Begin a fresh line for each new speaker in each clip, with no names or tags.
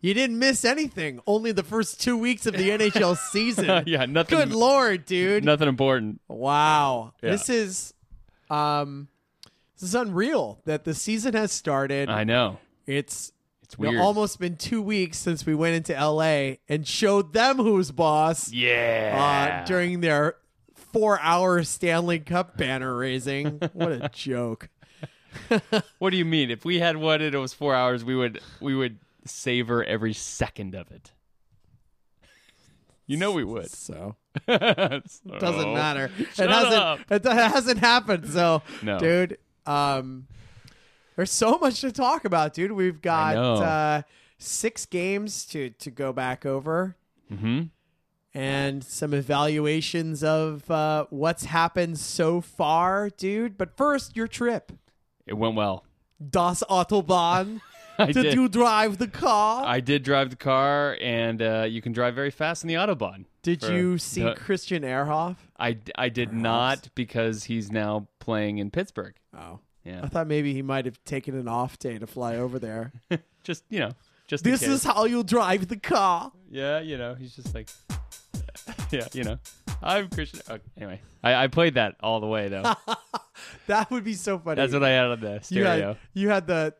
You didn't miss anything. Only the first two weeks of the NHL season.
Yeah, nothing-
Good lord, dude.
Nothing important.
Wow.
Yeah.
This is um this is unreal that the season has started.
I know.
It's
It's
you know,
weird.
almost been two weeks since we went into LA and showed them who's boss
Yeah.
uh, during their four hour Stanley Cup banner raising. what a joke.
what do you mean? If we had what it was four hours, we would we would savor every second of it. You know we would.
So
Doesn't
doesn't matter.
Oh. Shut
it hasn't
up.
It, do- hasn't happened. So,
No.
dude, um, there's so much to talk about, dude. We've got
know.
uh, six games to to go back over, mm-hmm. and some evaluations of uh, what's happened so far, dude. But first, your trip,
It went well.
Das Autobahn.
I
did,
did.
you drive the car?
I did drive the car, and uh, you can drive very fast in the autobahn.
did
For-
you see
No,
Christian Ehrhoff?
I I did not because he's now playing in Pittsburgh.
Oh.
Yeah.
I thought maybe he might have taken an off day to fly over there.
Just you know, just in
this
case.
is how you drive the car.
Yeah, you know, he's just like, yeah, you know, I'm Christian. Okay, anyway, I, I played that all the way though.
That would be so funny.
That's what I had on the
you
stereo.
had, you had the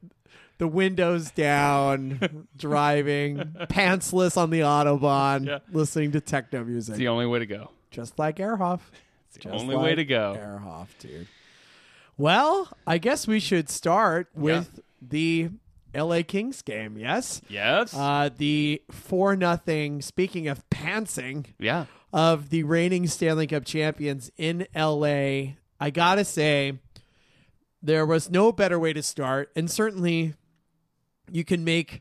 the windows down, driving, pantsless on the autobahn,
Yeah.
listening to techno music,
It's the only way to go.
just like Erhoff. It's
the only way to go.
Erhoff, dude. Well, I guess we should start with the L.A. Kings game. Yes,
Yes.
uh, the four nothing. Speaking of pantsing,
yeah.
of the reigning Stanley Cup champions in LA. I got to say, there was no better way to start. And certainly, you can make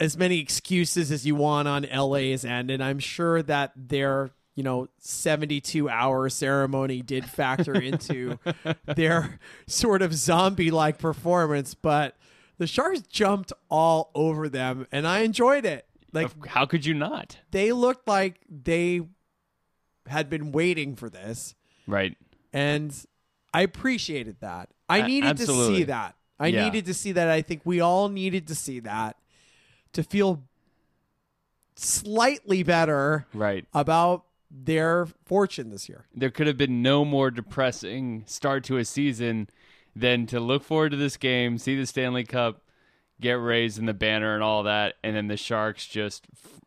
as many excuses as you want on LA's end. And I'm sure that their, you know, 72 hour ceremony did factor into their sort of zombie like performance. But the Sharks jumped all over them, and I enjoyed it. Like,
Of- How could you not?
they looked like they had been waiting for this
Right.
and i appreciated that i
A-
needed to
absolutely.
see that i
Yeah.
needed to see that i think we all needed to see that to feel slightly better
Right.
about their fortune this year
There could have been no more depressing start to a season than to look forward to this game, see the Stanley Cup, get raised in the banner and all that, and then the Sharks just, f-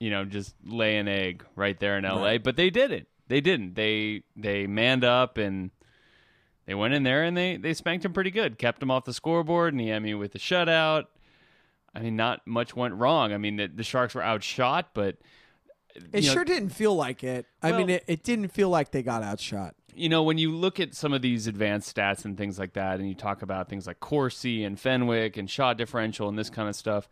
you know, just lay an egg right there in L.A. But they didn't. They didn't. They they manned up and they went in there and they they spanked him pretty good. Kept him off the scoreboard. Niemi with the shutout. I mean, not much went wrong. I mean, the, the Sharks were outshot, but
it
You know-
sure didn't feel like it i
Well-
mean it, it didn't feel like they got outshot
you know, when you look at some of these advanced stats and things like that, and you talk about things like Corsi and Fenwick and shot differential and this kind of stuff,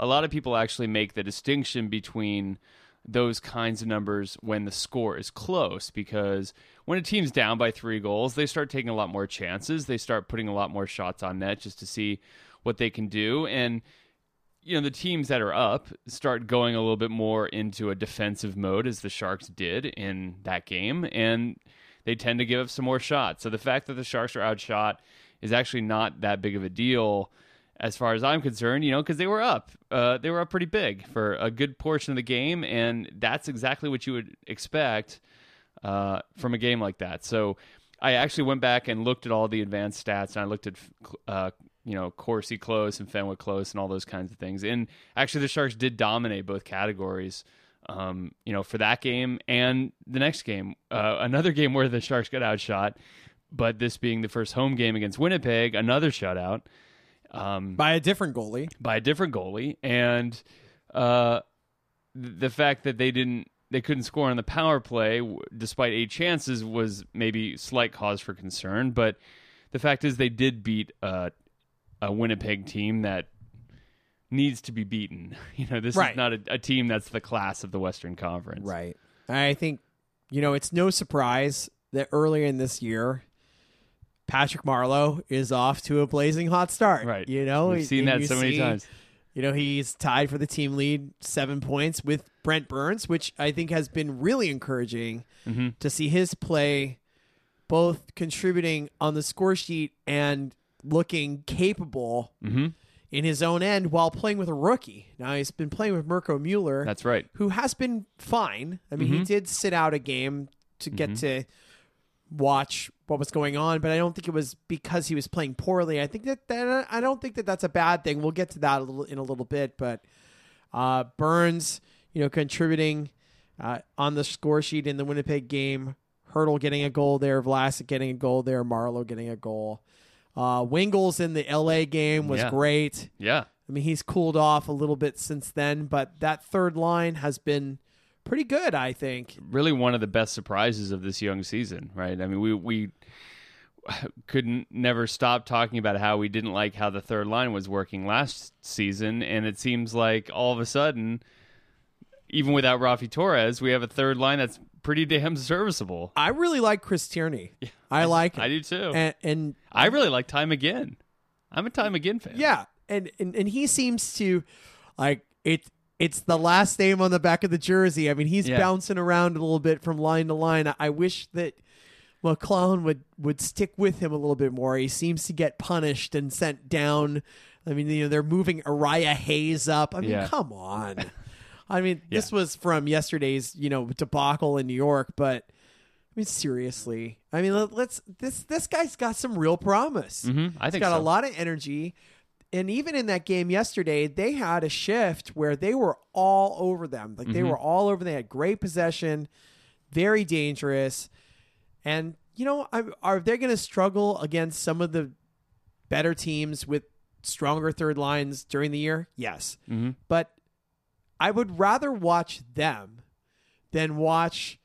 a lot of people actually make the distinction between those kinds of numbers when the score is close because when a team's down by three goals, they start taking a lot more chances. They start putting a lot more shots on net just to see what they can do. And you know the teams that are up start going a little bit more into a defensive mode as the sharks did in that game and they tend to give up some more shots so the fact that the sharks are outshot is actually not that big of a deal as far as i'm concerned you know because they were up uh, they were up pretty big for a good portion of the game and that's exactly what you would expect uh, from a game like that. So I actually went back and looked at all the advanced stats, and I looked at uh, you know Corsi close and Fenwick close and all those kinds of things. And actually, the Sharks did dominate both categories. Um, you know, for that game and the next game, uh, another game where the Sharks got outshot, but this being the first home game against Winnipeg, another shutout Hmm.
by a different goalie
by a different goalie, and uh, th- the fact that they didn't they couldn't score on the power play w- despite eight chances was maybe slight cause for concern. But the fact is they did beat uh, a Winnipeg team that needs to be beaten. You know, this
Right.
is not a, a team that's the class of the Western Conference.
Right. I think, you know, it's no surprise that earlier in this year, Patrick Marlowe is off to a blazing hot start.
Right.
You know,
We've seen
and
that
you
so many
see-
times.
You know, he's tied for the team lead seven points with Brent Burns, which I think has been really encouraging
Mm-hmm.
to see his play both contributing on the score sheet and looking capable
Mm-hmm.
in his own end while playing with a rookie. Now he's been playing with Mirko Mueller
That's right. Mm-hmm.
who has been fine. I mean, he did sit out a game to get to watch what was going on, but I don't think it was because he was playing poorly. I think that, that I don't think that that's a bad thing. We'll get to that a little, in a little bit, but uh, Burns, you know, contributing uh, on the score sheet in the Winnipeg game. Hurdle getting a goal there, Vlasic getting a goal there, Marlowe getting a goal. Uh, Wingles in the LA game was
Yeah.
great.
Yeah.
I mean, he's cooled off a little bit since then, but that third line has been pretty good, I think.
really one of the best surprises of this young season, right? I mean, we we couldn't never stop talking about how we didn't like how the third line was working last season, and it seems like all of a sudden, even without Rafi Torres, we have a third line that's pretty damn serviceable.
I really like Chris Tierney. I like
I do too.
and, and
I really like Time Again. I'm a Time Again fan.
yeah, and, and and he seems to like it. It's the last name on the back of the jersey. I mean, he's
Yeah.
bouncing around a little bit from line to line. I, I wish that McClellan would would stick with him a little bit more. He seems to get punished and sent down. I mean, you know, they're moving Araya Hayes up. I mean,
Yeah.
come on. I mean, this was from yesterday's, you know, debacle in New York, but I mean, seriously. I mean, let, let's this this guy's got some real promise.
Mhm, I think
He's got
so.
a lot of energy. And even in that game yesterday, they had a shift where they were all over them. Like they
Mm-hmm.
were all over. They had great possession, very dangerous. And you know, I, are they going to struggle against some of the better teams with stronger third lines during the year? Yes,
Mm-hmm.
but I would rather watch them than watch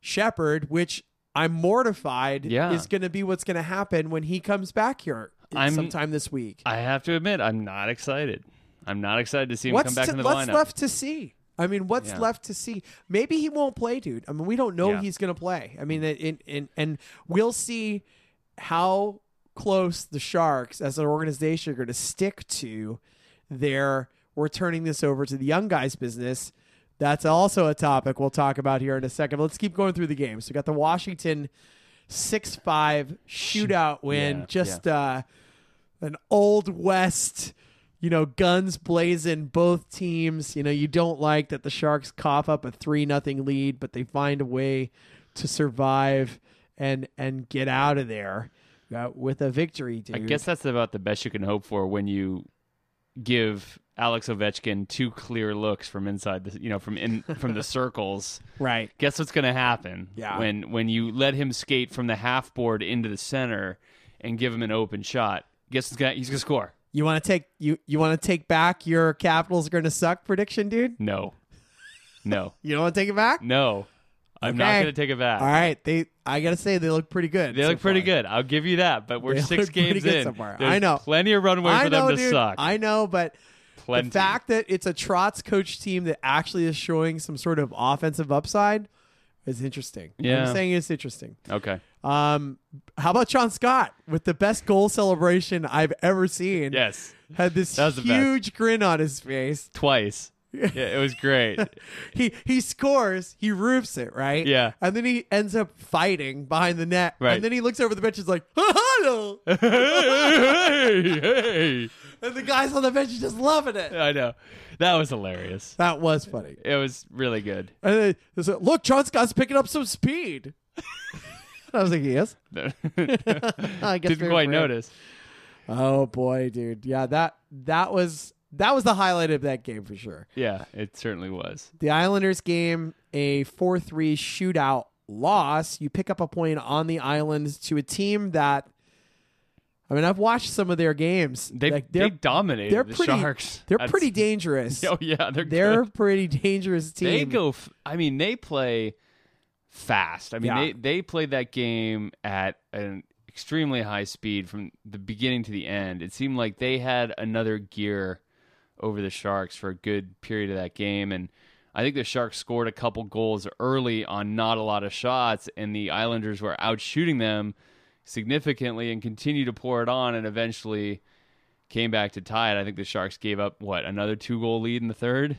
Shepard, which I'm mortified
Yeah.
is going to be what's going to happen when he comes back here
I'm-
sometime this week.
I have to admit, I'm not excited. I'm not excited to see him
what's
come back
to-
in the
what's
lineup.
left to see? I mean, what's
Yeah.
left to see? Maybe he won't play, dude. I mean, we don't know
Yeah. Mm-hmm.
he's going to play. I mean, it- it- and and we'll see how close the Sharks as an organization are going to stick to their we're turning this over to the young guys business. That's also a topic we'll talk about here in a second. But let's keep going through the games. We got the Washington 6-5 shootout win
Yeah,
just uh an old west you know guns blazing both teams you know you don't like that the sharks cough up a three nothing lead but they find a way to survive and and get out of there uh, with a victory dude
I guess that's about the best you can hope for when you give Alex Ovechkin two clear looks from inside the, you know, from in from the circles.
right
Guess what's going to happen?
Yeah.
When when you let him skate from the half board into the center and give him an open shot, guess what's gonna, he's going to score?
you want to take you you want to take back your capitals are going to suck prediction dude
No, no,
you don't want to take it back
no. I'm not
Okay.
going to take it back.
all right they i gotta say they look pretty good
They
so
look pretty
far.
good. I'll give you that. But we're
They
six
look pretty
games
good
in.
so far.
There's
I know.
plenty of runway
I
for
know,
them to
dude.
suck.
I know, but
Plenty.
the fact that it's a Trotz coach team that actually is showing some sort of offensive upside is interesting.
Yeah.
I'm saying it's interesting.
okay.
Um, how about John Scott with the best goal celebration I've ever seen?
Yes.
Had this
That was the best.
huge grin on his face.
Twice. Yeah, it was great.
He he scores, he roofs it, right?
Yeah.
And then he ends up fighting behind the net.
Right.
And then he looks over the bench and is like, hello. and
hey, hey.
the guys on the bench are just loving it.
I know. That was hilarious.
That was funny.
It was really good.
And then they said, look, John Scott's picking up some speed. I was like, yes. I guess
Didn't
they're
quite
afraid.
notice.
Oh boy, dude. Yeah, that that was that was the highlight of that game for sure.
Yeah, it certainly was.
The Islanders game, a four three shootout loss. You pick up a point on the island to a team that I mean, I've watched some of their games.
They
Like,
they
they're
dominated
they're
the
pretty
sharks.
they're
That's-
pretty dangerous.
Oh yeah, they're
they're a
good.
pretty dangerous team.
they go. F- I mean, they play fast. I mean,
Yeah.
they they played that game at an extremely high speed from the beginning to the end. It seemed like they had another gear over the Sharks for a good period of that game. And I think the Sharks scored a couple goals early on not a lot of shots, and the Islanders were out shooting them significantly and continued to pour it on and eventually came back to tie it. I think the Sharks gave up, what, another two goal lead in the third?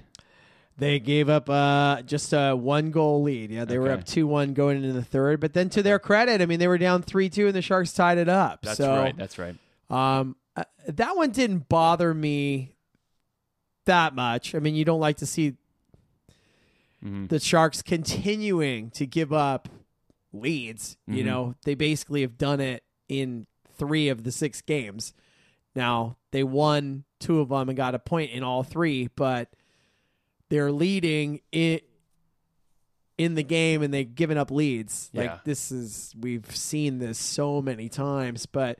They gave up uh, just a one goal lead. Yeah, they were
Okay.
up two one going into the third. But then to their credit, I mean, they were down three two, and the Sharks tied it up.
That's
so,
right. That's right.
Um, uh, that one didn't bother me that much. I mean, you don't like to see
Mm-hmm.
the Sharks continuing to give up leads. You
Mhm.
know, they basically have done it in three of the six games. Now they won two of them and got a point in all three, but they're leading it in the game and they've given up leads.
Yeah.
Like this is we've seen this so many times, but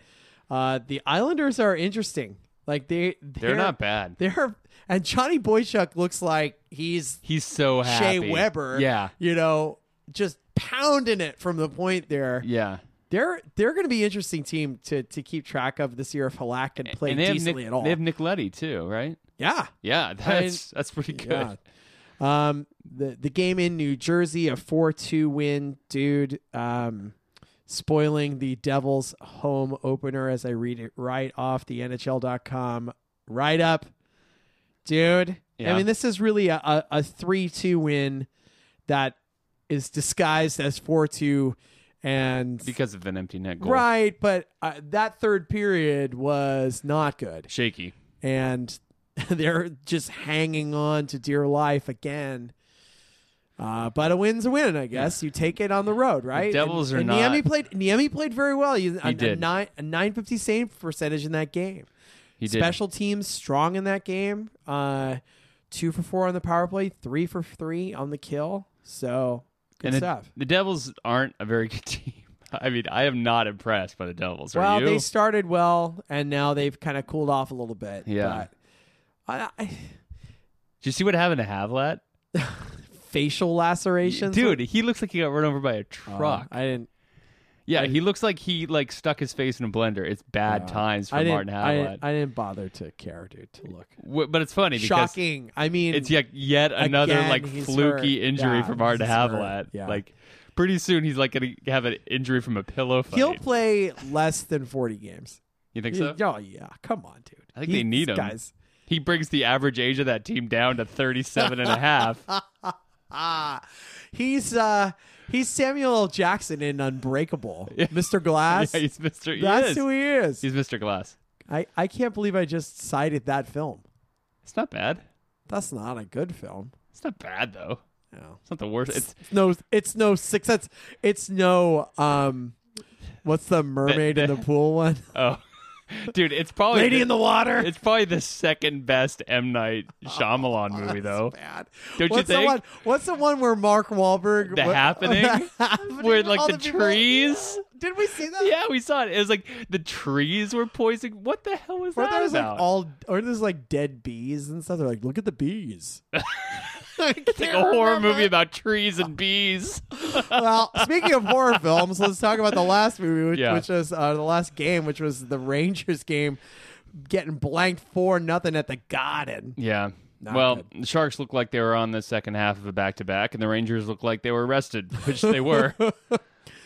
uh the Islanders are interesting. Like they
They're, not bad.
They're and Johnny Boychuk looks like he's
He's so happy.
Shea Weber.
Yeah.
You know, just pounding it from the point there.
Yeah.
They're they're going to be an interesting team to to keep track of this year if Halak can play
they have,
decently
Nick,
at all.
they have Nick Letty too, right?
yeah.
Yeah, that's that's pretty good.
Yeah. Um, the the game in New Jersey, a four two win, dude. Um, spoiling the Devils' home opener as I read it right off the NHL.com write up, dude. I
Yeah.
mean, this is really a a three two win that is disguised as four two, and
Because of an empty net goal.
right, but uh, that third period was not good
Shaky.
and they're just hanging on to dear life again. Uh, but a win's a win, I guess. You take it on the road, right?
Devils
and,
are
and
not-
Niemi played. Niemi played very well. He, a,
did.
A nine a nine fifty save percentage in that game.
He did.
Special teams strong in that game. Uh, two for four on the power play, three for three on the kill. So good
and the-
stuff.
The, Devils aren't a very good team. I mean, I am not impressed by the Devils. Are
Well,
you?
they started well, and now they've kind of cooled off a little bit.
Yeah.
But I, I,
Did you see what happened to Havlat?
facial lacerations,
Dude, he looks like he got run over by a
Oh,
truck.
I didn't.
yeah, he looks like he like stuck his face in a blender. It's bad times for
uh, Oh, I didn't,
Martin
I,
Havlat.
I didn't bother to care, dude, to look.
W- but it's funny because
Shocking. I mean,
it's yet yet another
Again,
like
he's
fluky
hurt.
injury
Yeah,
from Martin
he's hurt.
Havlat.
Yeah.
Like pretty soon he's like gonna have an injury from a pillow fight.
he'll play less than 40 games.
you think so?
Oh, yeah. Come on, dude.
I think they
These
need him.
Guys.
He brings the average age of that team down to 37 and a half.
Ah, he's uh, he's Samuel L. Jackson in Unbreakable. Mr. Glass.
Yeah, he's Mr. he
That's
is.
who he is.
He's Mr. Glass.
I, I can't believe I just cited that film.
It's not bad.
That's not a good film.
It's not bad though.
No.
It's not the worst. It's
It's no, it's no six. That's it's no. Um, what's the mermaid in the pool one?
oh, dude. It's probably
Lady in the water.
Oh, It's probably the second best M Night Shyamalan movie though.
Oh, bad.
Don't you
what's The
think?
one, what's the one where Mark Wahlberg?
The
what-
Happening?
Happening,
Where, like,
all
the
people-
trees?
Did we see that?
Yeah, we saw it. It was like the trees were poisoning. What the hell was
Or
that
there was like
about?
all, or there's like dead bees and stuff. They're like, look at the bees.
it's like a horror movie about trees and bees.
well, speaking of horror films, let's talk about the last movie, which,
Yeah.
which was uh, the last game, which was the Rangers game, getting blanked four nothing at the Garden.
Yeah.
Not
well,
good.
the Sharks looked like they were on the second half of a back to back, and the Rangers looked like they were rested, which they were.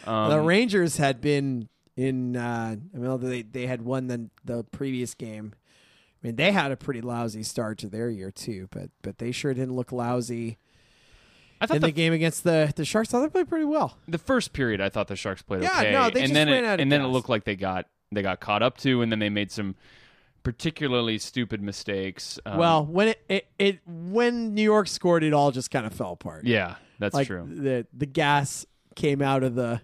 Um,
the Rangers had been in. Uh, I mean, although they they had won the the previous game. I mean, they had a pretty lousy start to their year too, but but they sure didn't look lousy
I thought
in the,
the,
game against the the Sharks. I thought they played pretty well.
the first period I thought the Sharks played
Yeah,
okay.
no,
and
they just
then
ran
it,
out of
and then it
gas.
looked like they got they got caught up to and then they made some particularly stupid mistakes. Um,
well, when it, it it when New York scored, it all just kind of fell apart.
yeah, that's
like
true.
the the gas came out of the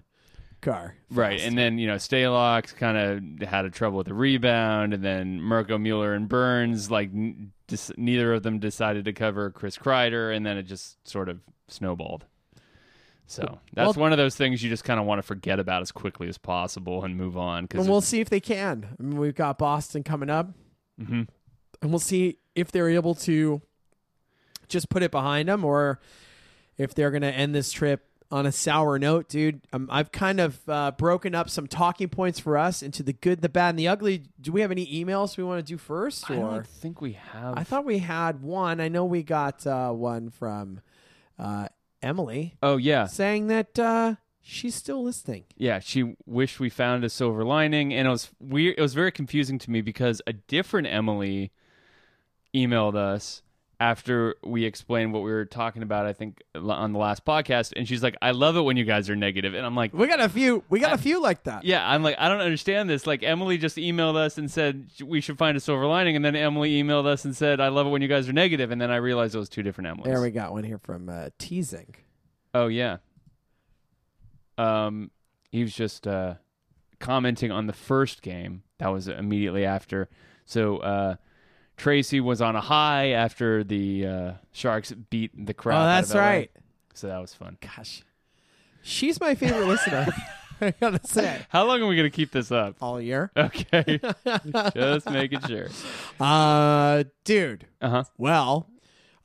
car.
Right. And then, you know, Stalox kind of had a trouble with the rebound and then Mirko Mueller and Burns like n- dis- neither of them decided to cover Chris Kreider and then it just sort of snowballed. So, that's
Well-
one of those things you just kind of want to forget about as quickly as possible and move on cuz
and we'll see if they can. I mean, we've got Boston coming up,
Mhm.
and we'll see if they're able to just put it behind them, or if they're going to end this trip on a sour note, dude. Um, I've kind of uh, broken up some talking points for us into the good, the bad, and the ugly. Do we have any emails we want to do first? Or
I don't think we have.
I thought we had one. I know we got uh, one from uh, Emily
oh yeah,
saying that uh, she's still listening.
yeah. She wished we found a silver lining, and it was weird. It was very confusing to me because a different Emily emailed us after we explained what we were talking about. I think l- on the last podcast, and she's like, "I love it when you guys are negative," and I'm like.
We got a few. We got a few like that.
Yeah, I'm like, I don't understand this. Like, Emily just emailed us and said we should find a silver lining, and then Emily emailed us and said, I love it when you guys are negative, and then I realized it was two different Emilys.
There we got one here from uh, Teasing.
Oh yeah. Um, he was just uh, commenting on the first game that was immediately after. So uh, Tracy was on a high after the uh, Sharks beat the crowd.
Oh, that's right.
So that was fun.
Gosh, she's my favorite listener. I gotta say,
How long are we gonna keep this up?
all year,
Okay, just making sure.
uh, dude.
Uh huh.
Well,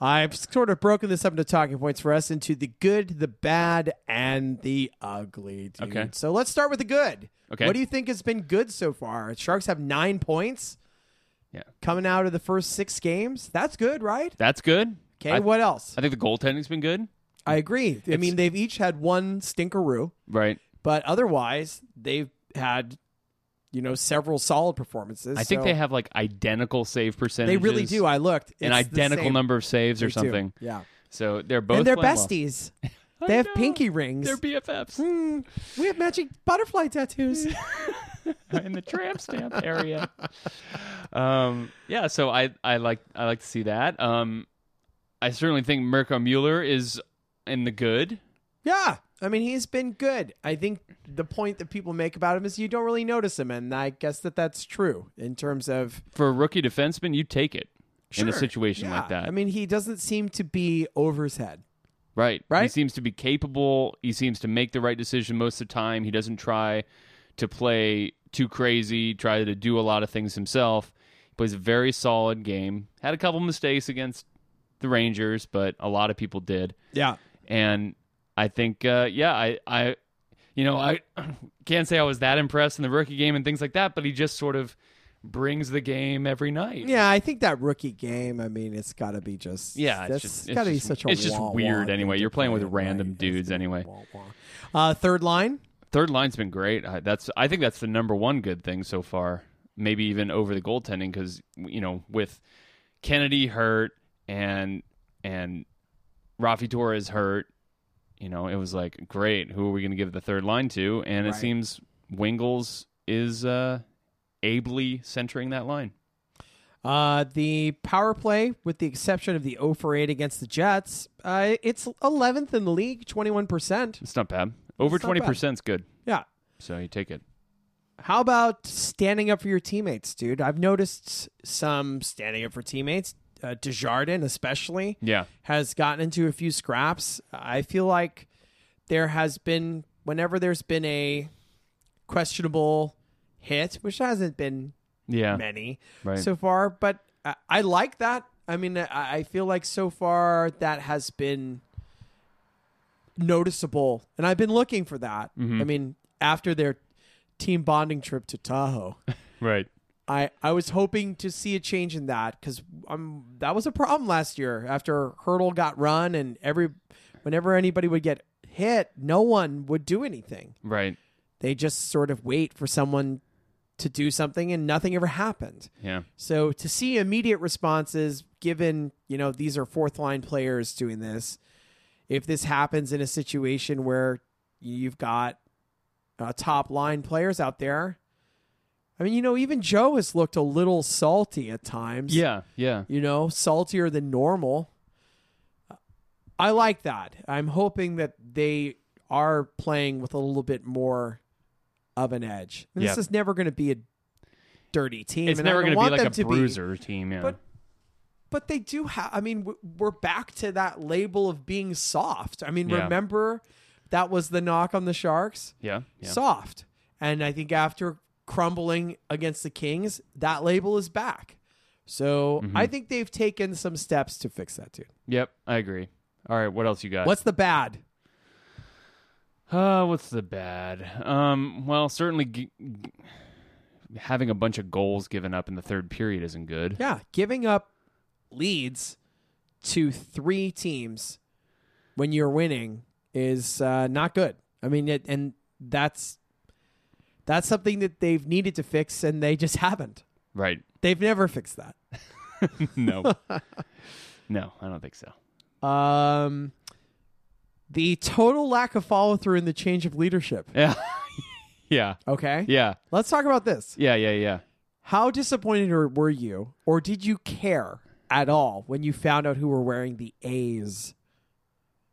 I've sort of broken this up into talking points for us into the good, the bad, and the ugly. dude.
Okay.
So let's start with the good.
Okay.
What do you think has been good so far? Sharks have nine points.
Yeah.
Coming out of the first six games, that's good, right?
That's good.
Okay.
I,
what else?
I think the goaltending's been good.
I agree. I mean, they've each had one stinkeroo,
Right.
but otherwise, they've had, you know, several solid performances.
I think
So
they have like identical save
They
percentages.
really do. I looked.
an
It's the
identical
same.
number of saves
They
or
do.
something.
Yeah.
So they're both
and they're
playing well.
besties.
I
They have
know.
pinky rings.
Oh, They're BFFs.
Hmm, we have matching butterfly tattoos.
in the tramp stamp area. Um, yeah, so I, I like I like to see that. Um, I certainly think Mirko Mueller is in the good.
yeah. I mean, he's been good. I think the point that people make about him is you don't really notice him. And I guess that that's true in terms of
For a rookie defenseman, you take it in a
Sure,
situation like
yeah.
that.
I mean, he doesn't seem to be over his head.
right. He
right?
seems to be capable. He seems to make the right decision most of the time. He doesn't try to play too crazy, try to do a lot of things himself. He plays a very solid game. Had a couple mistakes against the Rangers, but a lot of people did.
Yeah.
and I think uh, yeah, I I you know I can't say I was that impressed in the rookie game and things like that, but he just sort of brings the game every night.
Yeah, I think that rookie game. I mean, it's got to be just
Yeah, it's
that's
just- it's
got to be
just-
such a
it's just
wah-wah
weird
thing
anyway.
to
You're playing with
play,
random
right?
dudes
It's gonna be
anyway.
wah-wah. Uh, third line,
Third line's been great. I, that's I think that's the number one good thing so far. Maybe even over the goaltending because you know with Kennedy hurt and and Rafi Torres hurt, you know it was like great. Who are we going to give the third line to? And it
Right.
seems Wingles is uh, ably centering that line.
uh, the power play, with the exception of the 0 for 8 against the Jets, uh, it's 11th in the league, 21 percent.
It's not bad. Over
It's not
twenty
bad.
percent's good.
Yeah.
So you take it.
How about standing up for your teammates, dude? I've noticed some standing up for teammates. Uh, Desjardins, especially,
Yeah.
has gotten into a few scraps. I feel like there has been whenever there's been a questionable hit, which hasn't been
Yeah.
many
Right.
so far, but I, I like that. I mean, I, I feel like so far that has been noticeable, and I've been looking for that.
Mm-hmm.
I mean, after their team bonding trip to Tahoe.
Right.
I, I was hoping to see a change in that because um, that was a problem last year after Hurdle got run and every whenever anybody would get hit, no one would do anything.
Right.
They just sort of wait for someone to do something and nothing ever happened.
Yeah.
So to see immediate responses, given you know these are fourth line players doing this, if this happens in a situation where you've got uh, top line players out there, I mean, you know, even Joe has looked a little salty at times.
Yeah. Yeah.
you know, saltier than normal. I like that. I'm hoping that they are playing with a little bit more of an edge. And
Yeah.
This is never going to be a dirty team.
It's
and I
never
don't
going to be
want
like
them
a
to be
bruiser team. Yeah.
but but they do have i mean w- we're back to that label of being soft i mean
Yeah.
remember that was the knock on the sharks
yeah. Yeah.
soft and i think after crumbling against the kings that label is back so
Mm-hmm.
i think they've taken some steps to fix that dude
Yep, I agree. All right, what else you got?
what's the bad
Uh, what's the bad? Um, well, certainly g- g- having a bunch of goals given up in the third period isn't good.
Yeah, giving up leads to three teams when you're winning is uh, not good. I mean, it, and that's that's something that they've needed to fix, and they just haven't.
Right.
They've never fixed that.
No. no, I don't think so.
Um, the total lack of follow through in the change of leadership.
Yeah. yeah.
Okay,
Yeah.
let's talk about this.
Yeah. Yeah. Yeah.
How disappointed or- were you, or did you care at all when you found out who were wearing the A's?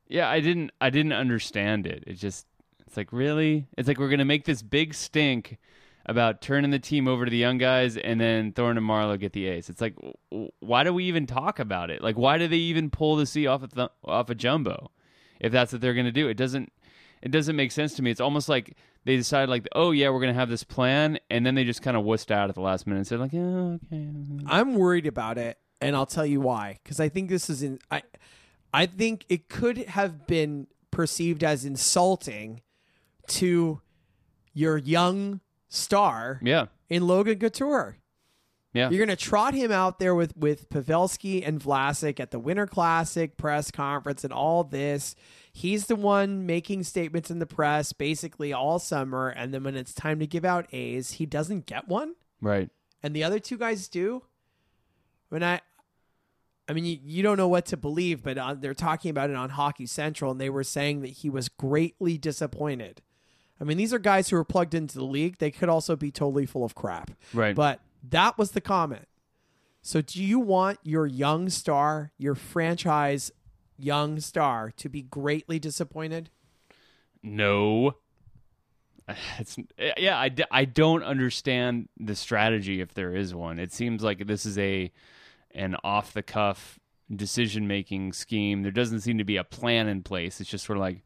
Yeah. I didn't, I didn't understand it. It just, it's like, really? It's like, we're going to make this big stink about turning the team over to the young guys and then Thorne and Marlowe get the ace. It's like, w- w- why do we even talk about it? Like, why do they even pull the C off of th- off a jumbo if that's what they're going to do? It doesn't, it doesn't make sense to me. It's almost like they decided like, oh yeah, we're going to have this plan. And then they just kind of wussed out at the last minute and said like, yeah, okay.
I'm worried about it, and I'll tell you why. Because I think this is in I, I think it could have been perceived as insulting to your young star
Yeah.
in Logan Couture.
Yeah.
You're gonna trot him out there with with Pavelski and Vlasic at the Winter Classic press conference and all this. He's the one making statements in the press basically all summer, and then when it's time to give out A's, he doesn't get one
Right.
and the other two guys do. When I, I mean, you, you don't know what to believe, but on, they're talking about it on Hockey Central, and they were saying that he was greatly disappointed. I mean, these are guys who are plugged into the league. They could also be totally full of crap.
Right.
But that was the comment. So, do you want your young star, your franchise young star, to be greatly disappointed?
No. It's eh, yeah, I, d- I don't understand the strategy if there is one. It seems like this is a an off the cuff decision making scheme. There doesn't seem to be a plan in place. It's just sort of like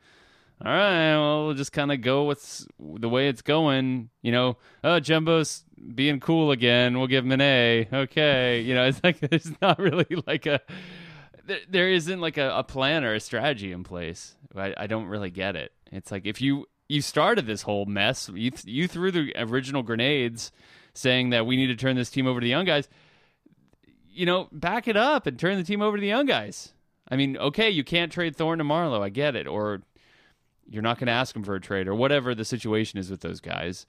all right, well, we'll just kind of go what's the way it's going, you know. Oh, Jumbo's being cool again. We'll give him an A. Okay, you know, it's like there's not really like a there, there isn't like a, a plan or a strategy in place. I, I don't really get it. It's like if you you started this whole mess, you th- you threw the original grenades, saying that we need to turn this team over to the young guys. You know, back it up and turn the team over to the young guys. I mean, okay, you can't trade Thorne to Marlowe. I get it, or you're not going to ask them for a trade, or whatever the situation is with those guys.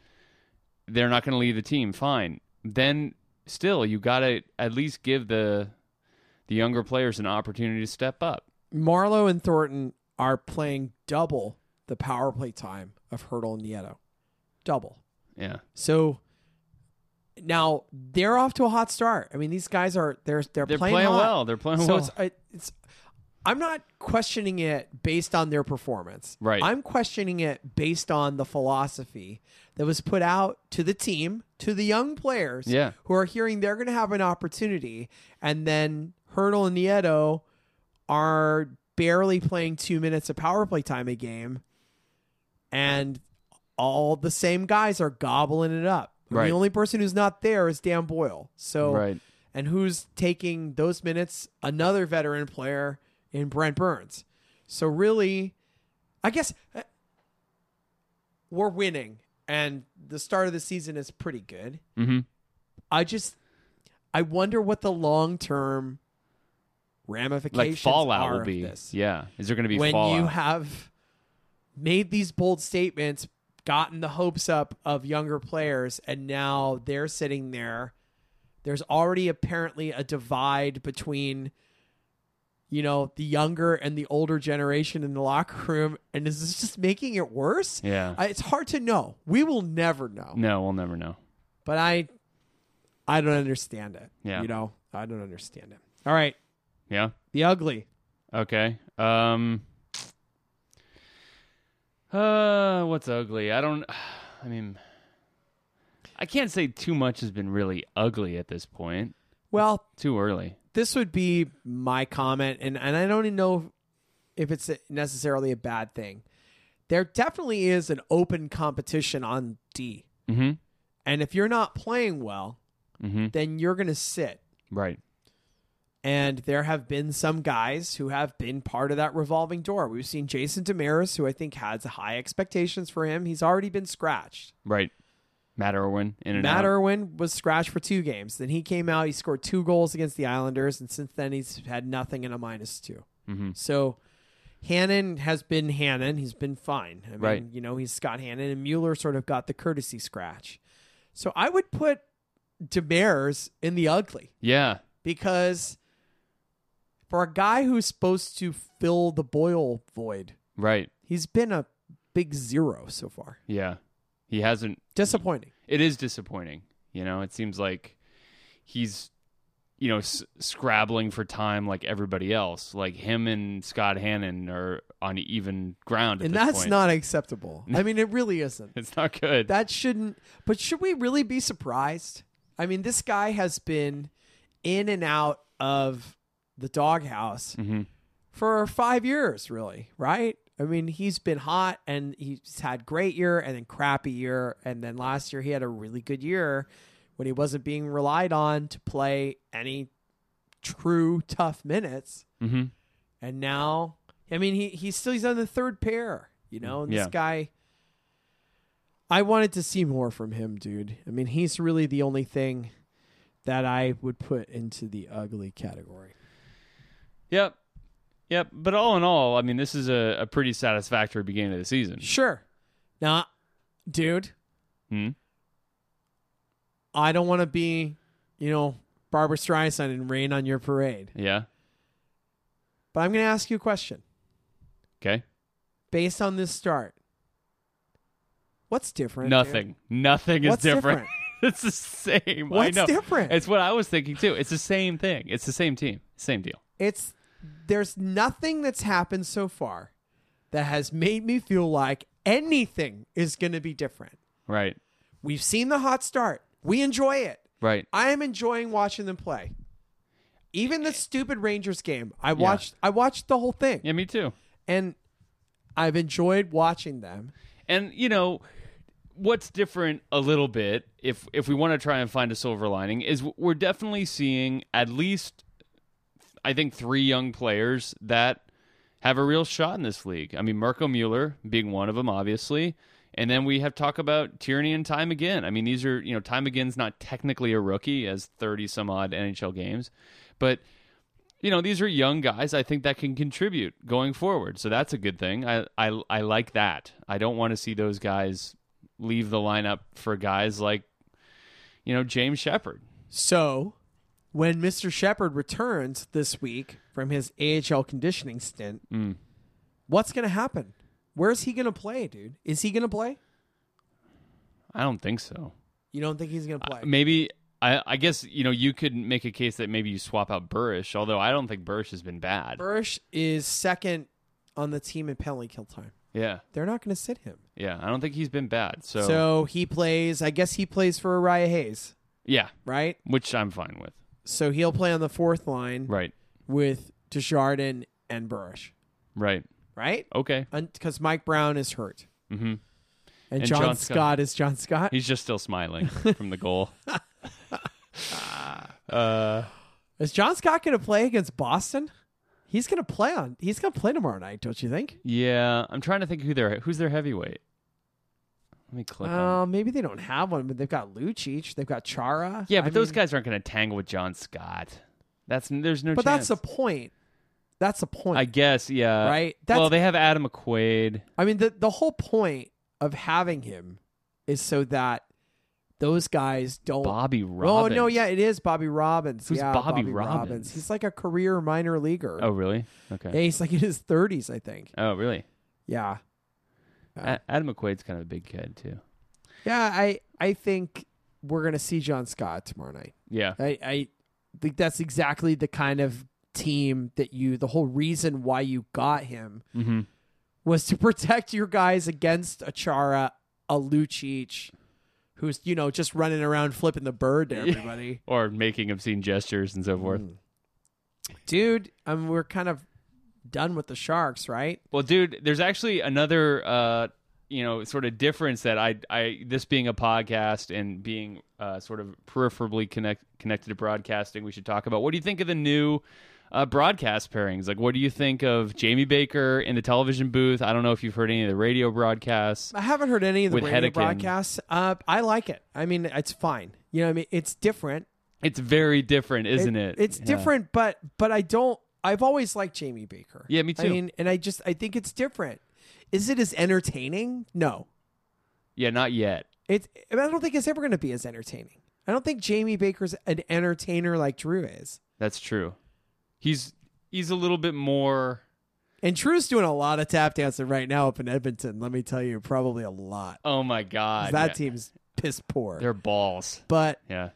They're not going to leave the team. Fine. Then still, you got to at least give the the younger players an opportunity to step up.
Marlowe and Thornton are playing double the power play time of Hurdle and Nieto. Double.
Yeah.
So now they're off to a hot start. I mean, these guys are they're they're,
They're
playing,
playing,
hot.
well. They're playing
so
well.
it's I- it's I'm not questioning it based on their performance.
Right.
I'm questioning it based on the philosophy that was put out to the team, to the young players
Yeah.
who are hearing they're going to have an opportunity and then Hurdle and Nieto are barely playing 2 minutes of power play time a game and all the same guys are gobbling it up. And
Right.
The only person who's not there is Dan Boyle. So
Right.
and who's taking those minutes? Another veteran player in Brent Burns. So really, I guess uh, we're winning and the start of the season is pretty good.
Mhm.
I just I wonder what the long-term
like
ramifications
fallout
are
will
of
be.
this
Yeah. Is there going to be
when
fallout?
you have made these bold statements, gotten the hopes up of younger players, and now they're sitting there. There's already apparently a divide between, you know, the younger and the older generation in the locker room, and is this just making it worse?
yeah.
I, it's hard to know. We will never know.
no, we'll never know.
But I, I don't understand it.
Yeah.
you know, I don't understand it. All right,
Yeah.
the ugly.
Okay. Um. Uh, what's ugly? I don't. I mean, I can't say too much has been really ugly at this point.
Well,
Too early.
this would be my comment, and, and I don't even know if it's necessarily a bad thing. There definitely is an open competition on D.
Mm-hmm.
And if you're not playing well,
Mm-hmm.
then you're going to sit.
Right.
And there have been some guys who have been part of that revolving door. We've seen Jason Damaris, who I think has high expectations for him. He's already been scratched.
Right. Matt Irwin in and
Matt
out.
Irwin was scratched for two games. Then he came out. He scored two goals against the Islanders, and since then he's had nothing and a minus 2
Mm-hmm.
So Hannon has been Hannon. He's been fine. I mean,
Right.
you know, he's Scott Hannon, and Mueller sort of got the courtesy scratch. So I would put Demers in the ugly
yeah.
because for a guy who's supposed to fill the Boyle void,
Right.
he's been a big zero so far.
Yeah. He hasn't
Disappointing.
it is disappointing. You know, it seems like he's, you know, s- scrabbling for time like everybody else. Like him and Scott Hannon are on even ground. At
and
this
that's
point.
not acceptable. I mean, it really isn't.
It's not good.
That shouldn't. But should we really be surprised? I mean, this guy has been in and out of the doghouse for five years, really, right? I mean, he's been hot and he's had great year and then crappy year. And then last year he had a really good year when he wasn't being relied on to play any true tough minutes.
mm-hmm.
And now, I mean, he he's still he's on the third pair, you know. And
Yeah.
this guy, I wanted to see more from him, dude. I mean, he's really the only thing that I would put into the ugly category.
Yep. Yep. But all in all, I mean, this is a, a pretty satisfactory beginning of the season.
Sure, now, dude,
Hmm?
I don't want to be, you know, Barbara Streisand and rain on your parade,
Yeah.
but I'm going to ask you a question
Okay.
based on this start. What's different? dude?
Nothing. Nothing is
What's
different.
different?
it's the same.
What's
I know.
different?
It's what I was thinking too. It's the same thing. It's the same team. Same deal.
it's there's nothing that's happened so far that has made me feel like anything is going to be different.
Right.
We've seen the hot start. We enjoy it.
Right.
I am enjoying watching them play. Even the stupid Rangers game, I watched I watched the whole thing
Yeah, me too.
and I've enjoyed watching them.
And you know what's different a little bit if if we want to try and find a silver lining is w- we're definitely seeing at least I think three young players that have a real shot in this league. I mean Marco Mueller being one of them obviously. And then we have talk about Tyranny and Time Again. I mean, these are, you know, Time Again's not technically a rookie as 30 some odd NHL games, but you know, these are young guys. I think that can contribute going forward. So that's a good thing. I I, I like that. I don't want to see those guys leave the lineup for guys like, you know, James Shepard.
So, when Mr. Shepard returns this week from his AHL conditioning stint, what's going to happen? Where's he going to play, dude? Is he going to play?
I don't think so.
You don't think he's going to play?
Maybe I, I guess you know you could make a case that maybe you swap out Burrish. Although I don't think Burrish has been bad.
Burrish is second on the team in penalty kill time.
yeah,
They're not going to sit him.
yeah. I don't think he's been bad. So,
So he plays, I guess he plays for Raya Hayes,
yeah,
right?
which I'm fine with.
So he'll play on the fourth line
Right,
with Desjardins and Burrish,
right.
right?
Okay,
Because Mike Brown is hurt.
Mhm.
And,
And
John,
John
Scott.
Scott.
is John Scott.
he's just still smiling from the goal. uh,
Is John Scott going to play against Boston? He's going to play on. He's going to play tomorrow night, don't you think?
Yeah, I'm trying to think who their who's their heavyweight. Let me click on.
Uh, maybe they don't have one, but they've got Lucic, they've got Chara.
Yeah, but
I
those
mean-
guys aren't going to tangle with John Scott. That's there's no.
But
chance.
that's the point. That's the point.
I guess yeah.
Right? That's-
Well, they have Adam McQuaid.
I mean, the the whole point of having him is so that those guys don't.
Bobby
Oh
Robbins.
no, yeah, it is Bobby Robbins.
Who's
Yeah,
Bobby Robbins?
He's like a career minor leaguer.
Oh really? Okay.
yeah, he's like in his thirties, I think.
Oh really?
Yeah,
A- Adam McQuaid's kind of a big kid too.
yeah. I I think we're gonna see John Scott tomorrow night.
Yeah.
I I think that's exactly the kind of team that you. The whole reason why you got him
Mm-hmm.
was to protect your guys against Achara, a Lucic, who's you know just running around flipping the bird to everybody.
Or making obscene gestures and so forth.
Dude, um, I mean, we're kind of done with the Sharks, right?
Well, dude, there's actually another uh, you know sort of difference that I I this being a podcast and being uh, sort of peripherally connect, connected to broadcasting, we should talk about. What do you think of the new? Uh, broadcast pairings, like what do you think of Jamie Baker in the television booth? I don't know if you've heard any of the radio broadcasts.
I haven't heard any of the
With
radio
Hedekin.
broadcasts. Uh, I like it. I mean, it's fine. You know, what I mean, it's different,
It's very different,
It-
isn't it?
It's
Yeah.
different, but but I don't. I've always liked Jamie Baker.
Yeah, me
I
too.
mean, and I just I think it's different. Is it as entertaining? No,
Yeah, not yet.
It's. I mean, I don't think it's ever going to be as entertaining. I don't think Jamie Baker's an entertainer like Drew is.
That's true. He's he's a little bit more.
And Drew's doing a lot of tap dancing right now up in Edmonton. Let me tell you, probably a lot.
Oh my god,
that
yeah.
team's piss poor.
They're balls.
but
Yeah,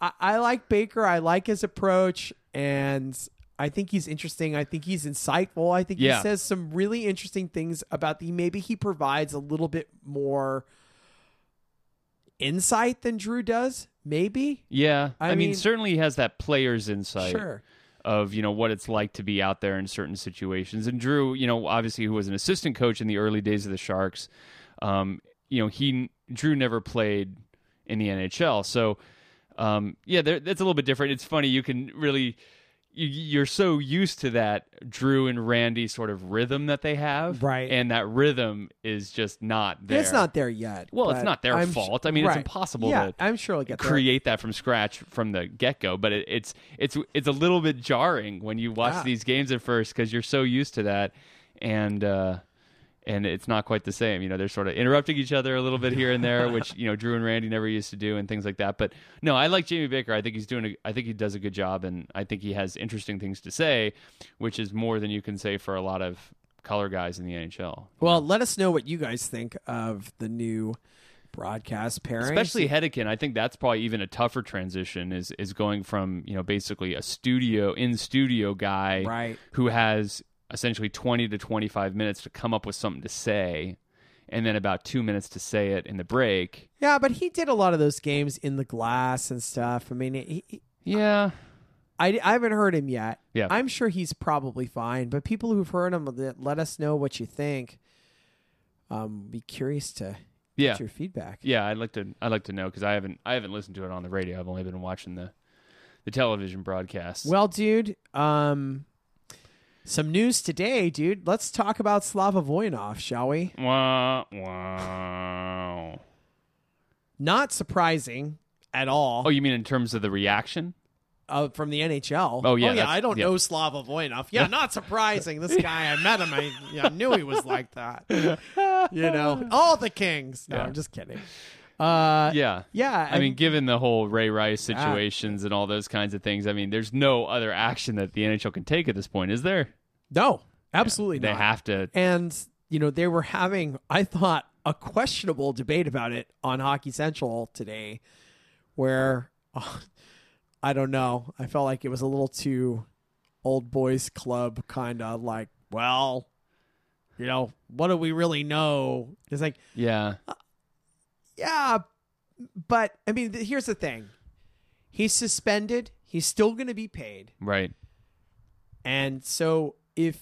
I, I like Baker. I like his approach, and I think he's interesting. I think he's insightful. I think
Yeah.
he says some really interesting things about the. Maybe he provides a little bit more insight than Drew does. Maybe
yeah. I,
I
mean,
mean-
certainly he has that player's insight
sure.
of you know what it's like to be out there in certain situations. And Drew, you know, obviously who was an assistant coach in the early days of the Sharks, um, you know, he Drew never played in the NHL, so um, yeah, there- that's a little bit different. It's funny you can really. you- You're so used to that Drew and Randy sort of rhythm that they have,
Right.
And that rhythm is just not there.
It's not there yet.
Well, it's
but
not their
I'm sh-
fault. I mean, it's
right.
impossible
Yeah,
to
I'm sure it'll get there.
create that from scratch from the get go. But it, it's it's it's a little bit jarring when you watch
Yeah.
these games at first because you're so used to that, and uh, and it's not quite the same. You know, they're sort of interrupting each other a little bit here and there, which you know Drew and Randy never used to do, and things like that. But no, I like Jamie Baker. I think he's doing. A, I think he does a good job, and I think he has interesting things to say, which is more than you can say for a lot of color guys in the NHL.
Well, let us know what you guys think of the new broadcast pairing.
especially Hedekin. I think that's probably even a tougher transition is is going from you know basically a studio in studio guy
Right.
who has essentially twenty to twenty five minutes to come up with something to say, and then about two minutes to say it in the break.
yeah, but he did a lot of those games in the glass and stuff. I mean, he, he-
Yeah,
I, I haven't heard him yet.
Yeah.
I'm sure he's probably fine. But people who've heard him, let- let us know what you think. Um, be curious to
yeah,
get your feedback.
yeah. I'd like to I'd like to know because I haven't I haven't listened to it on the radio. I've only been watching the the television broadcasts.
Well, dude, um, some news today, dude. Let's talk about Slava Voinov, shall we?
Wah, wow.
Not surprising at all.
Oh, you mean in terms of the reaction?
uh, from the NHL.
Oh, yeah, that's-
I don't
yeah.
know Slava Voinov. Yeah, not surprising. This guy, I met him. I yeah, knew he was like that. You know, all the Kings. No,
Yeah.
I'm just kidding. Uh, yeah,
Yeah. I mean, Ah. given the whole Ray Rice situations and all those kinds of things, I mean, there's no other action that the NHL can take at this point, is there?
no, absolutely
They
not.
have to.
and you know they were having, I thought, a questionable debate about it on Hockey Central today, where uh, I don't know. I felt like it was a little too old boys club kind of like, well, you know, what do we really know? It's like,
Yeah.
yeah, but I mean, th- here's the thing: he's suspended. He's still going to be paid,
Right.
and so if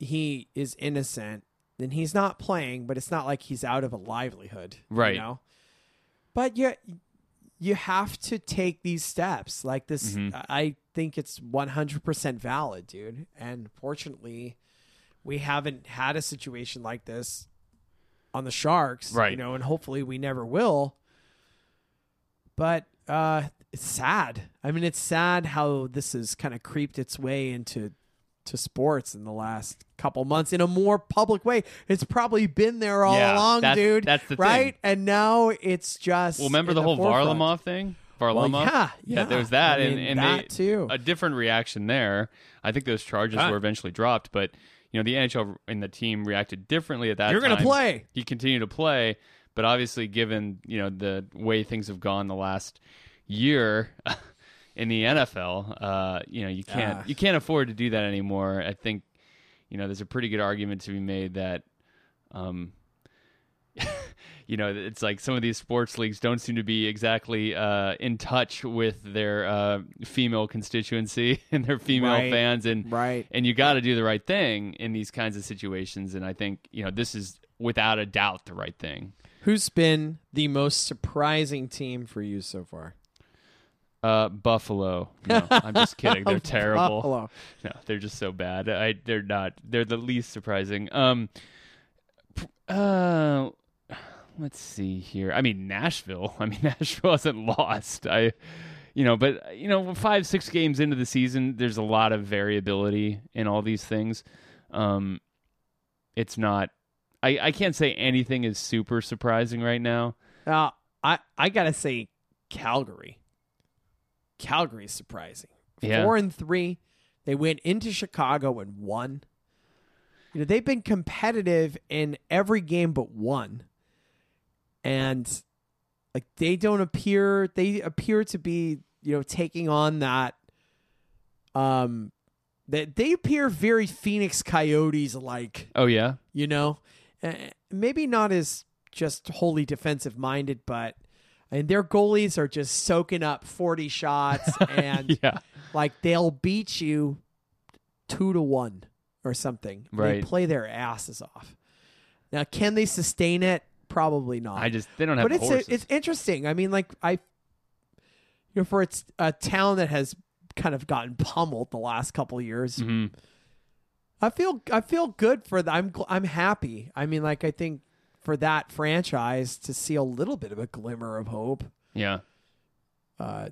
he is innocent, then he's not playing. But it's not like he's out of a livelihood,
Right.
You know? But you you have to take these steps. Like this, I- I think it's 100 percent valid, dude. And fortunately, we haven't had a situation like this on the Sharks,
Right.
You know, and hopefully we never will. But uh, it's sad. I mean, it's sad how this has kind of creeped its way into to sports in the last couple months in a more public way. It's probably been there all
Yeah,
along,
that's-
dude.
that's the thing.
right. And now it's just.
Well, remember
in
the whole
forefront.
Varlamov thing? Varlamov?
yeah, yeah.
There was that.
I
and
mean,
and
that
they-
too.
a different reaction there. I think those charges
Ah.
were eventually dropped, but, you know, the NHL and the team reacted differently at that
You're
going
gonna
to
play.
He continued to play, but obviously, given, you know, the way things have gone the last year. In the NFL, uh, you know you can't
Ah.
you can't afford to do that anymore. I think you know there's a pretty good argument to be made that um, you know, it's like some of these sports leagues don't seem to be exactly uh, in touch with their uh, female constituency and their female
Right.
fans, and
Right.
and you got to do the right thing in these kinds of situations. And I think you know this is without a doubt the right thing.
Who's been the most surprising team for you so far?
Uh, Buffalo. No, I'm just kidding. They're terrible.
Buffalo.
No, they're just so bad. I they're not. They're the least surprising. Um, p- uh, let's see here. I mean Nashville. I mean Nashville hasn't lost. I, you know, but you know, five six games into the season, there's a lot of variability in all these things. Um, it's not. I I can't say anything is super surprising right now.
Uh, I I gotta say, Calgary. Calgary's surprising.
Yeah.
Four and three. They went into Chicago and won. You know they've been competitive in every game but one, and like they don't appear they appear to be you know taking on that. Um, that they appear very Phoenix Coyotes like
Oh yeah.
you know Uh, maybe not as just wholly defensive minded but and their goalies are just soaking up 40 shots and
Yeah.
like they'll beat you 2 to 1 or something
Right.
they play their asses off now can they sustain it probably not
I just they don't have
but it's uh,
horses.
it's interesting i mean like i you know for it's a town that has kind of gotten pummeled the last couple of years
Mhm.
I feel I feel good for the I'm gl- I'm happy. I mean, like I think for that franchise to see a little bit of a glimmer of hope.
Yeah.
Uh,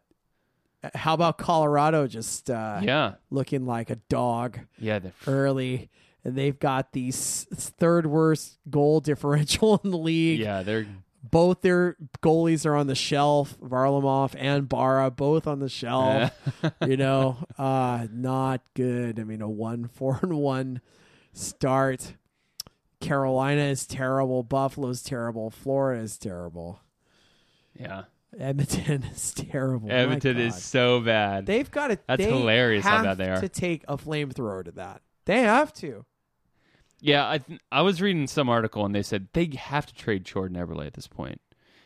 how about Colorado just uh,
Yeah.
looking like a dog
Yeah. they're-
early, and they've got the s- third worst goal differential in the league.
Yeah, they're
Both their goalies are on the shelf. Varlamov and Barra both on the shelf. you know, uh, not good. I mean, a one four and one start. Carolina is terrible. Buffalo's terrible. Florida is terrible.
yeah.
Edmonton is terrible. My
Edmonton
God.
is so bad.
They've got to.
That's
they
hilarious how bad
have
they are.
To take a flamethrower to that, they have to.
yeah, I th- I was reading some article and they said they have to trade Jordan Eberle at this point.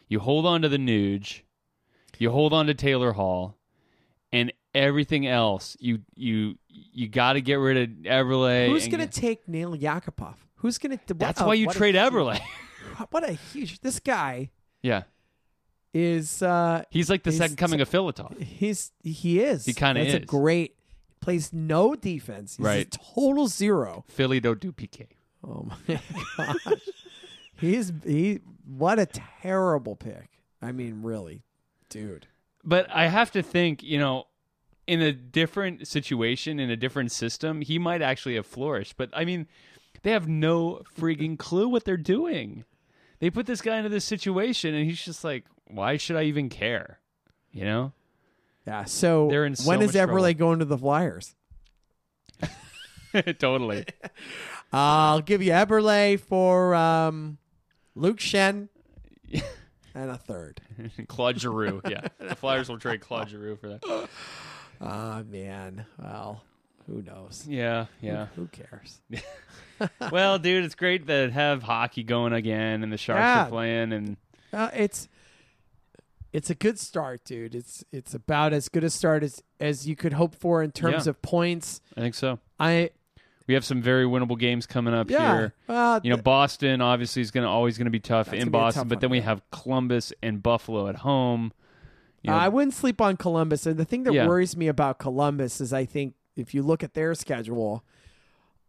You hold on to the Nuge, you hold on to Taylor Hall, and everything else you you you got to get rid of Eberle.
Who's
and-
gonna take Neil Yakupov? Who's gonna? what
That's
a-
why you
what a
trade
huge-
Eberle.
What a huge! This guy
yeah,
is. uh
he's like the
He's
second coming of Filatov.
He's he is.
He kinda
That's a
is.
great. Plays no defense. He's
Right.
a total zero.
Philly don't do PK.
Oh my gosh. He's he. What a terrible pick. I mean, really, dude.
but I have to think, you know, in a different situation, in a different system, he might actually have flourished. But I mean, they have no frigging clue what they're doing. They put this guy into this situation, and he's just like, "Why should I even care?" You know?
Yeah. So
They're in so
when is
much trouble.
Everly going to the Flyers?
totally.
I'll give you Eberle for um, Luke Shen and a third.
Claude Giroux. Yeah, the Flyers will trade Claude Giroux for that.
Oh, man. Well, who knows?
Yeah, yeah.
Who cares?
Well, dude, it's great to have hockey going again, and the Sharks
Yeah.
are playing, and
Uh, it's it's a good start, dude. It's it's about as good a start as as you could hope for in terms
Yeah.
of points.
I think so.
I
We have some very winnable games coming up
yeah,
here.
uh,
you know Boston obviously is going to always going to be tough
gonna
in
be a
Boston,
tough
but then
one,
we
yeah.
have Columbus and Buffalo at home. You know,
I wouldn't sleep on Columbus. And the thing that
Yeah.
worries me about Columbus is I think if you look at their schedule,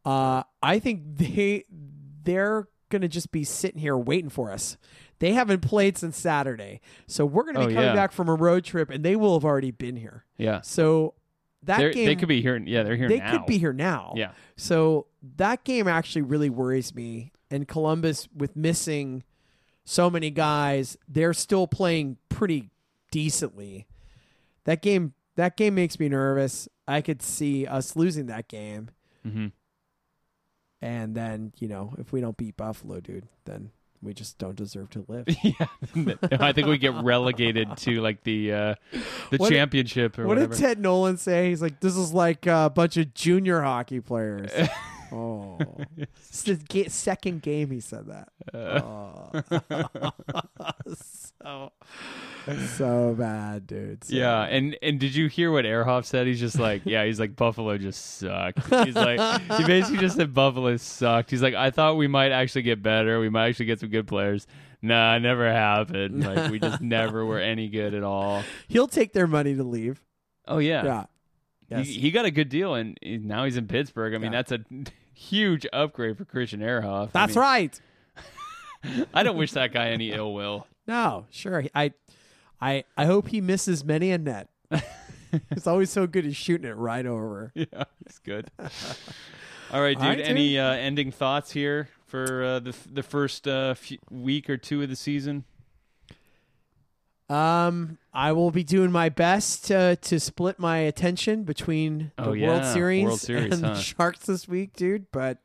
uh, I think they they're gonna just be sitting here waiting for us. They haven't played since Saturday, so we're gonna be
Oh,
coming
yeah.
back from a road trip, and they will have already been here.
yeah,
So that
They're-
game
they could be here. Yeah, they're here.
they
now.
could be here now.
Yeah,
So that game actually really worries me. And Columbus, with missing so many guys, they're still playing pretty decently. That game, that game makes me nervous. I could see us losing that game,
Mhm.
and then you know, if we don't beat Buffalo, dude, then we just don't deserve to live.
yeah. I think we get relegated to like the uh, the
What-
championship or
what
whatever.
did Ted Nolan say? He's like, "This is like a bunch of junior hockey players." Oh, It's the ga- second game he said that.
Uh.
Oh. so, so bad, dude. So-
Yeah, and and did you hear what Erhoff said? He's just like, yeah, he's like Buffalo just sucked. He's like, he basically just said Buffalo sucked. He's like, I thought we might actually get better. We might actually get some good players. Nah, never happened. Like we just never were any good at all.
he'll take their money to leave.
Oh yeah,
Yeah, yes.
he, he got a good deal, and he- now he's in Pittsburgh. I mean,
Yeah.
that's a huge upgrade for Christian Erhoff.
that's right.
right. I don't wish that guy any ill will.
No, sure. I, I, I hope he misses many a net. He's always so good at shooting it right over.
Yeah, it's good. All right, dude.
All right,
any Uh, ending thoughts here for uh, the the first uh, f- week or two of the season?
Um, I will be doing my best to, to split my attention between the
Oh,
World,
yeah.
Series
World Series,
and the
huh?
Sharks this week, dude. But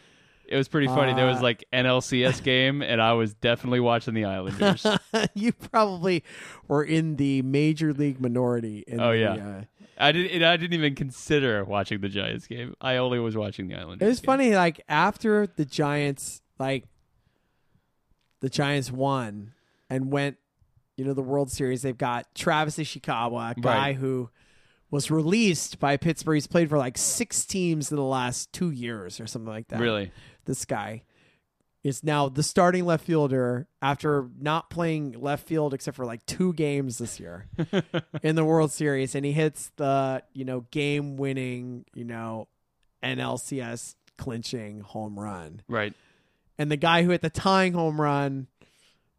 It was pretty funny. there was
Uh,
like NLCS game, and I was definitely watching the Islanders.
you probably were in the major league minority. In
Oh,
the,
yeah.
uh,
I didn't. and I didn't even consider watching the Giants game. I only was watching the Islanders.
it was
game.
funny. Like after the Giants, like the Giants won and went, you know, the World Series. They've got Travis Ishikawa, a guy
Right.
who was released by Pittsburgh. He's played for like six teams in the last two years or something like that.
Really,
this guy is now the starting left fielder after not playing left field except for like two games this year in the World Series and he hits the, you know, game winning, you know, NLCS clinching home run.
right?
And the guy who hit the tying home run,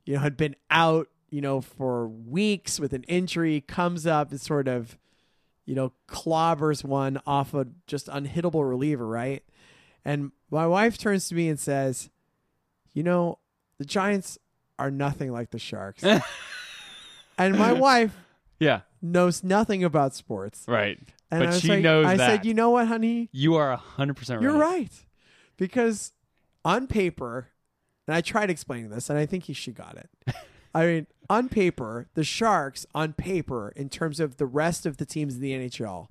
you know, had been out, you know, for weeks with an injury comes up and sort of, you know, clobbers one off a just unhittable reliever, right? And my wife turns to me and says, You know, the Giants are nothing like the Sharks. and my wife
Yeah,
knows nothing about sports.
right.
And
but
I was
she
like-
knows
I
that
said, You know what, honey?
you are hundred percent right.
You're right. Because on paper, and I tried explaining this, and I think he, she got it. I mean, on paper, the Sharks, on paper, in terms of the rest of the teams in the NHL,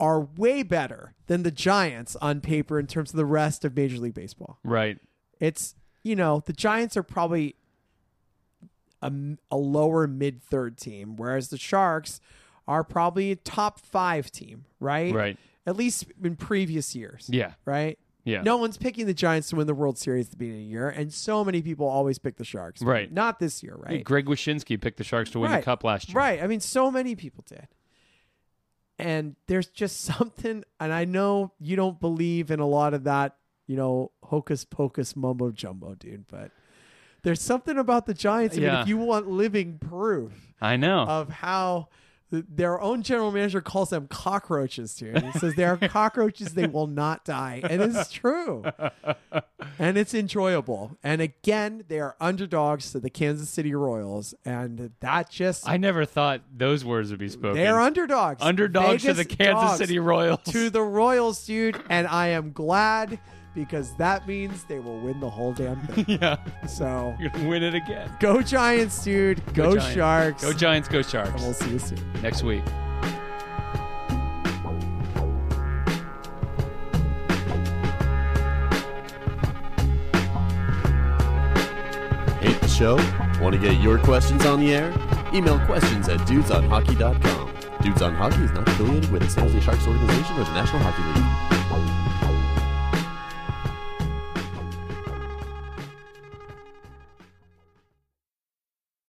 are way better than the Giants on paper in terms of the rest of Major League Baseball.
Right.
It's, you know, the Giants are probably a, a lower mid third team, whereas the Sharks are probably a top five team, right?
Right.
At least in previous years
Yeah.
right?
Yeah.
No one's picking the Giants to win the World Series at the beginning of the year, and so many people always pick the Sharks.
Right.
Not this year, right?
Greg Wyshynski picked the Sharks to win
right.
the Cup last year.
Right. I mean, so many people did. And there's just something, and I know you don't believe in a lot of that, you know, hocus pocus mumbo jumbo, dude, but there's something about the Giants. I mean,
Yeah.
if you want living proof
I know.
of how th- their own general manager calls them cockroaches too. He says they are cockroaches; they will not die, and it's true. And it's enjoyable. And again, they are underdogs to the Kansas City Royals, and that just
I never thought those words would be spoken.
they are underdogs.
underdogs to the
Vegas
Kansas
dogs
City Royals.
to the Royals, dude. And I am glad because that means they will win the whole damn thing.
yeah,
so
you're gonna win it again.
go Giants, dude. Go,
Giants.
Sharks.
Go Giants, go Sharks.
and we'll see you soon.
Next week.
Hate the show? Want to get your questions on the air? Email questions at dudesonhockey.com. Dudes on Hockey is not affiliated with the San Jose Sharks organization or the National Hockey League.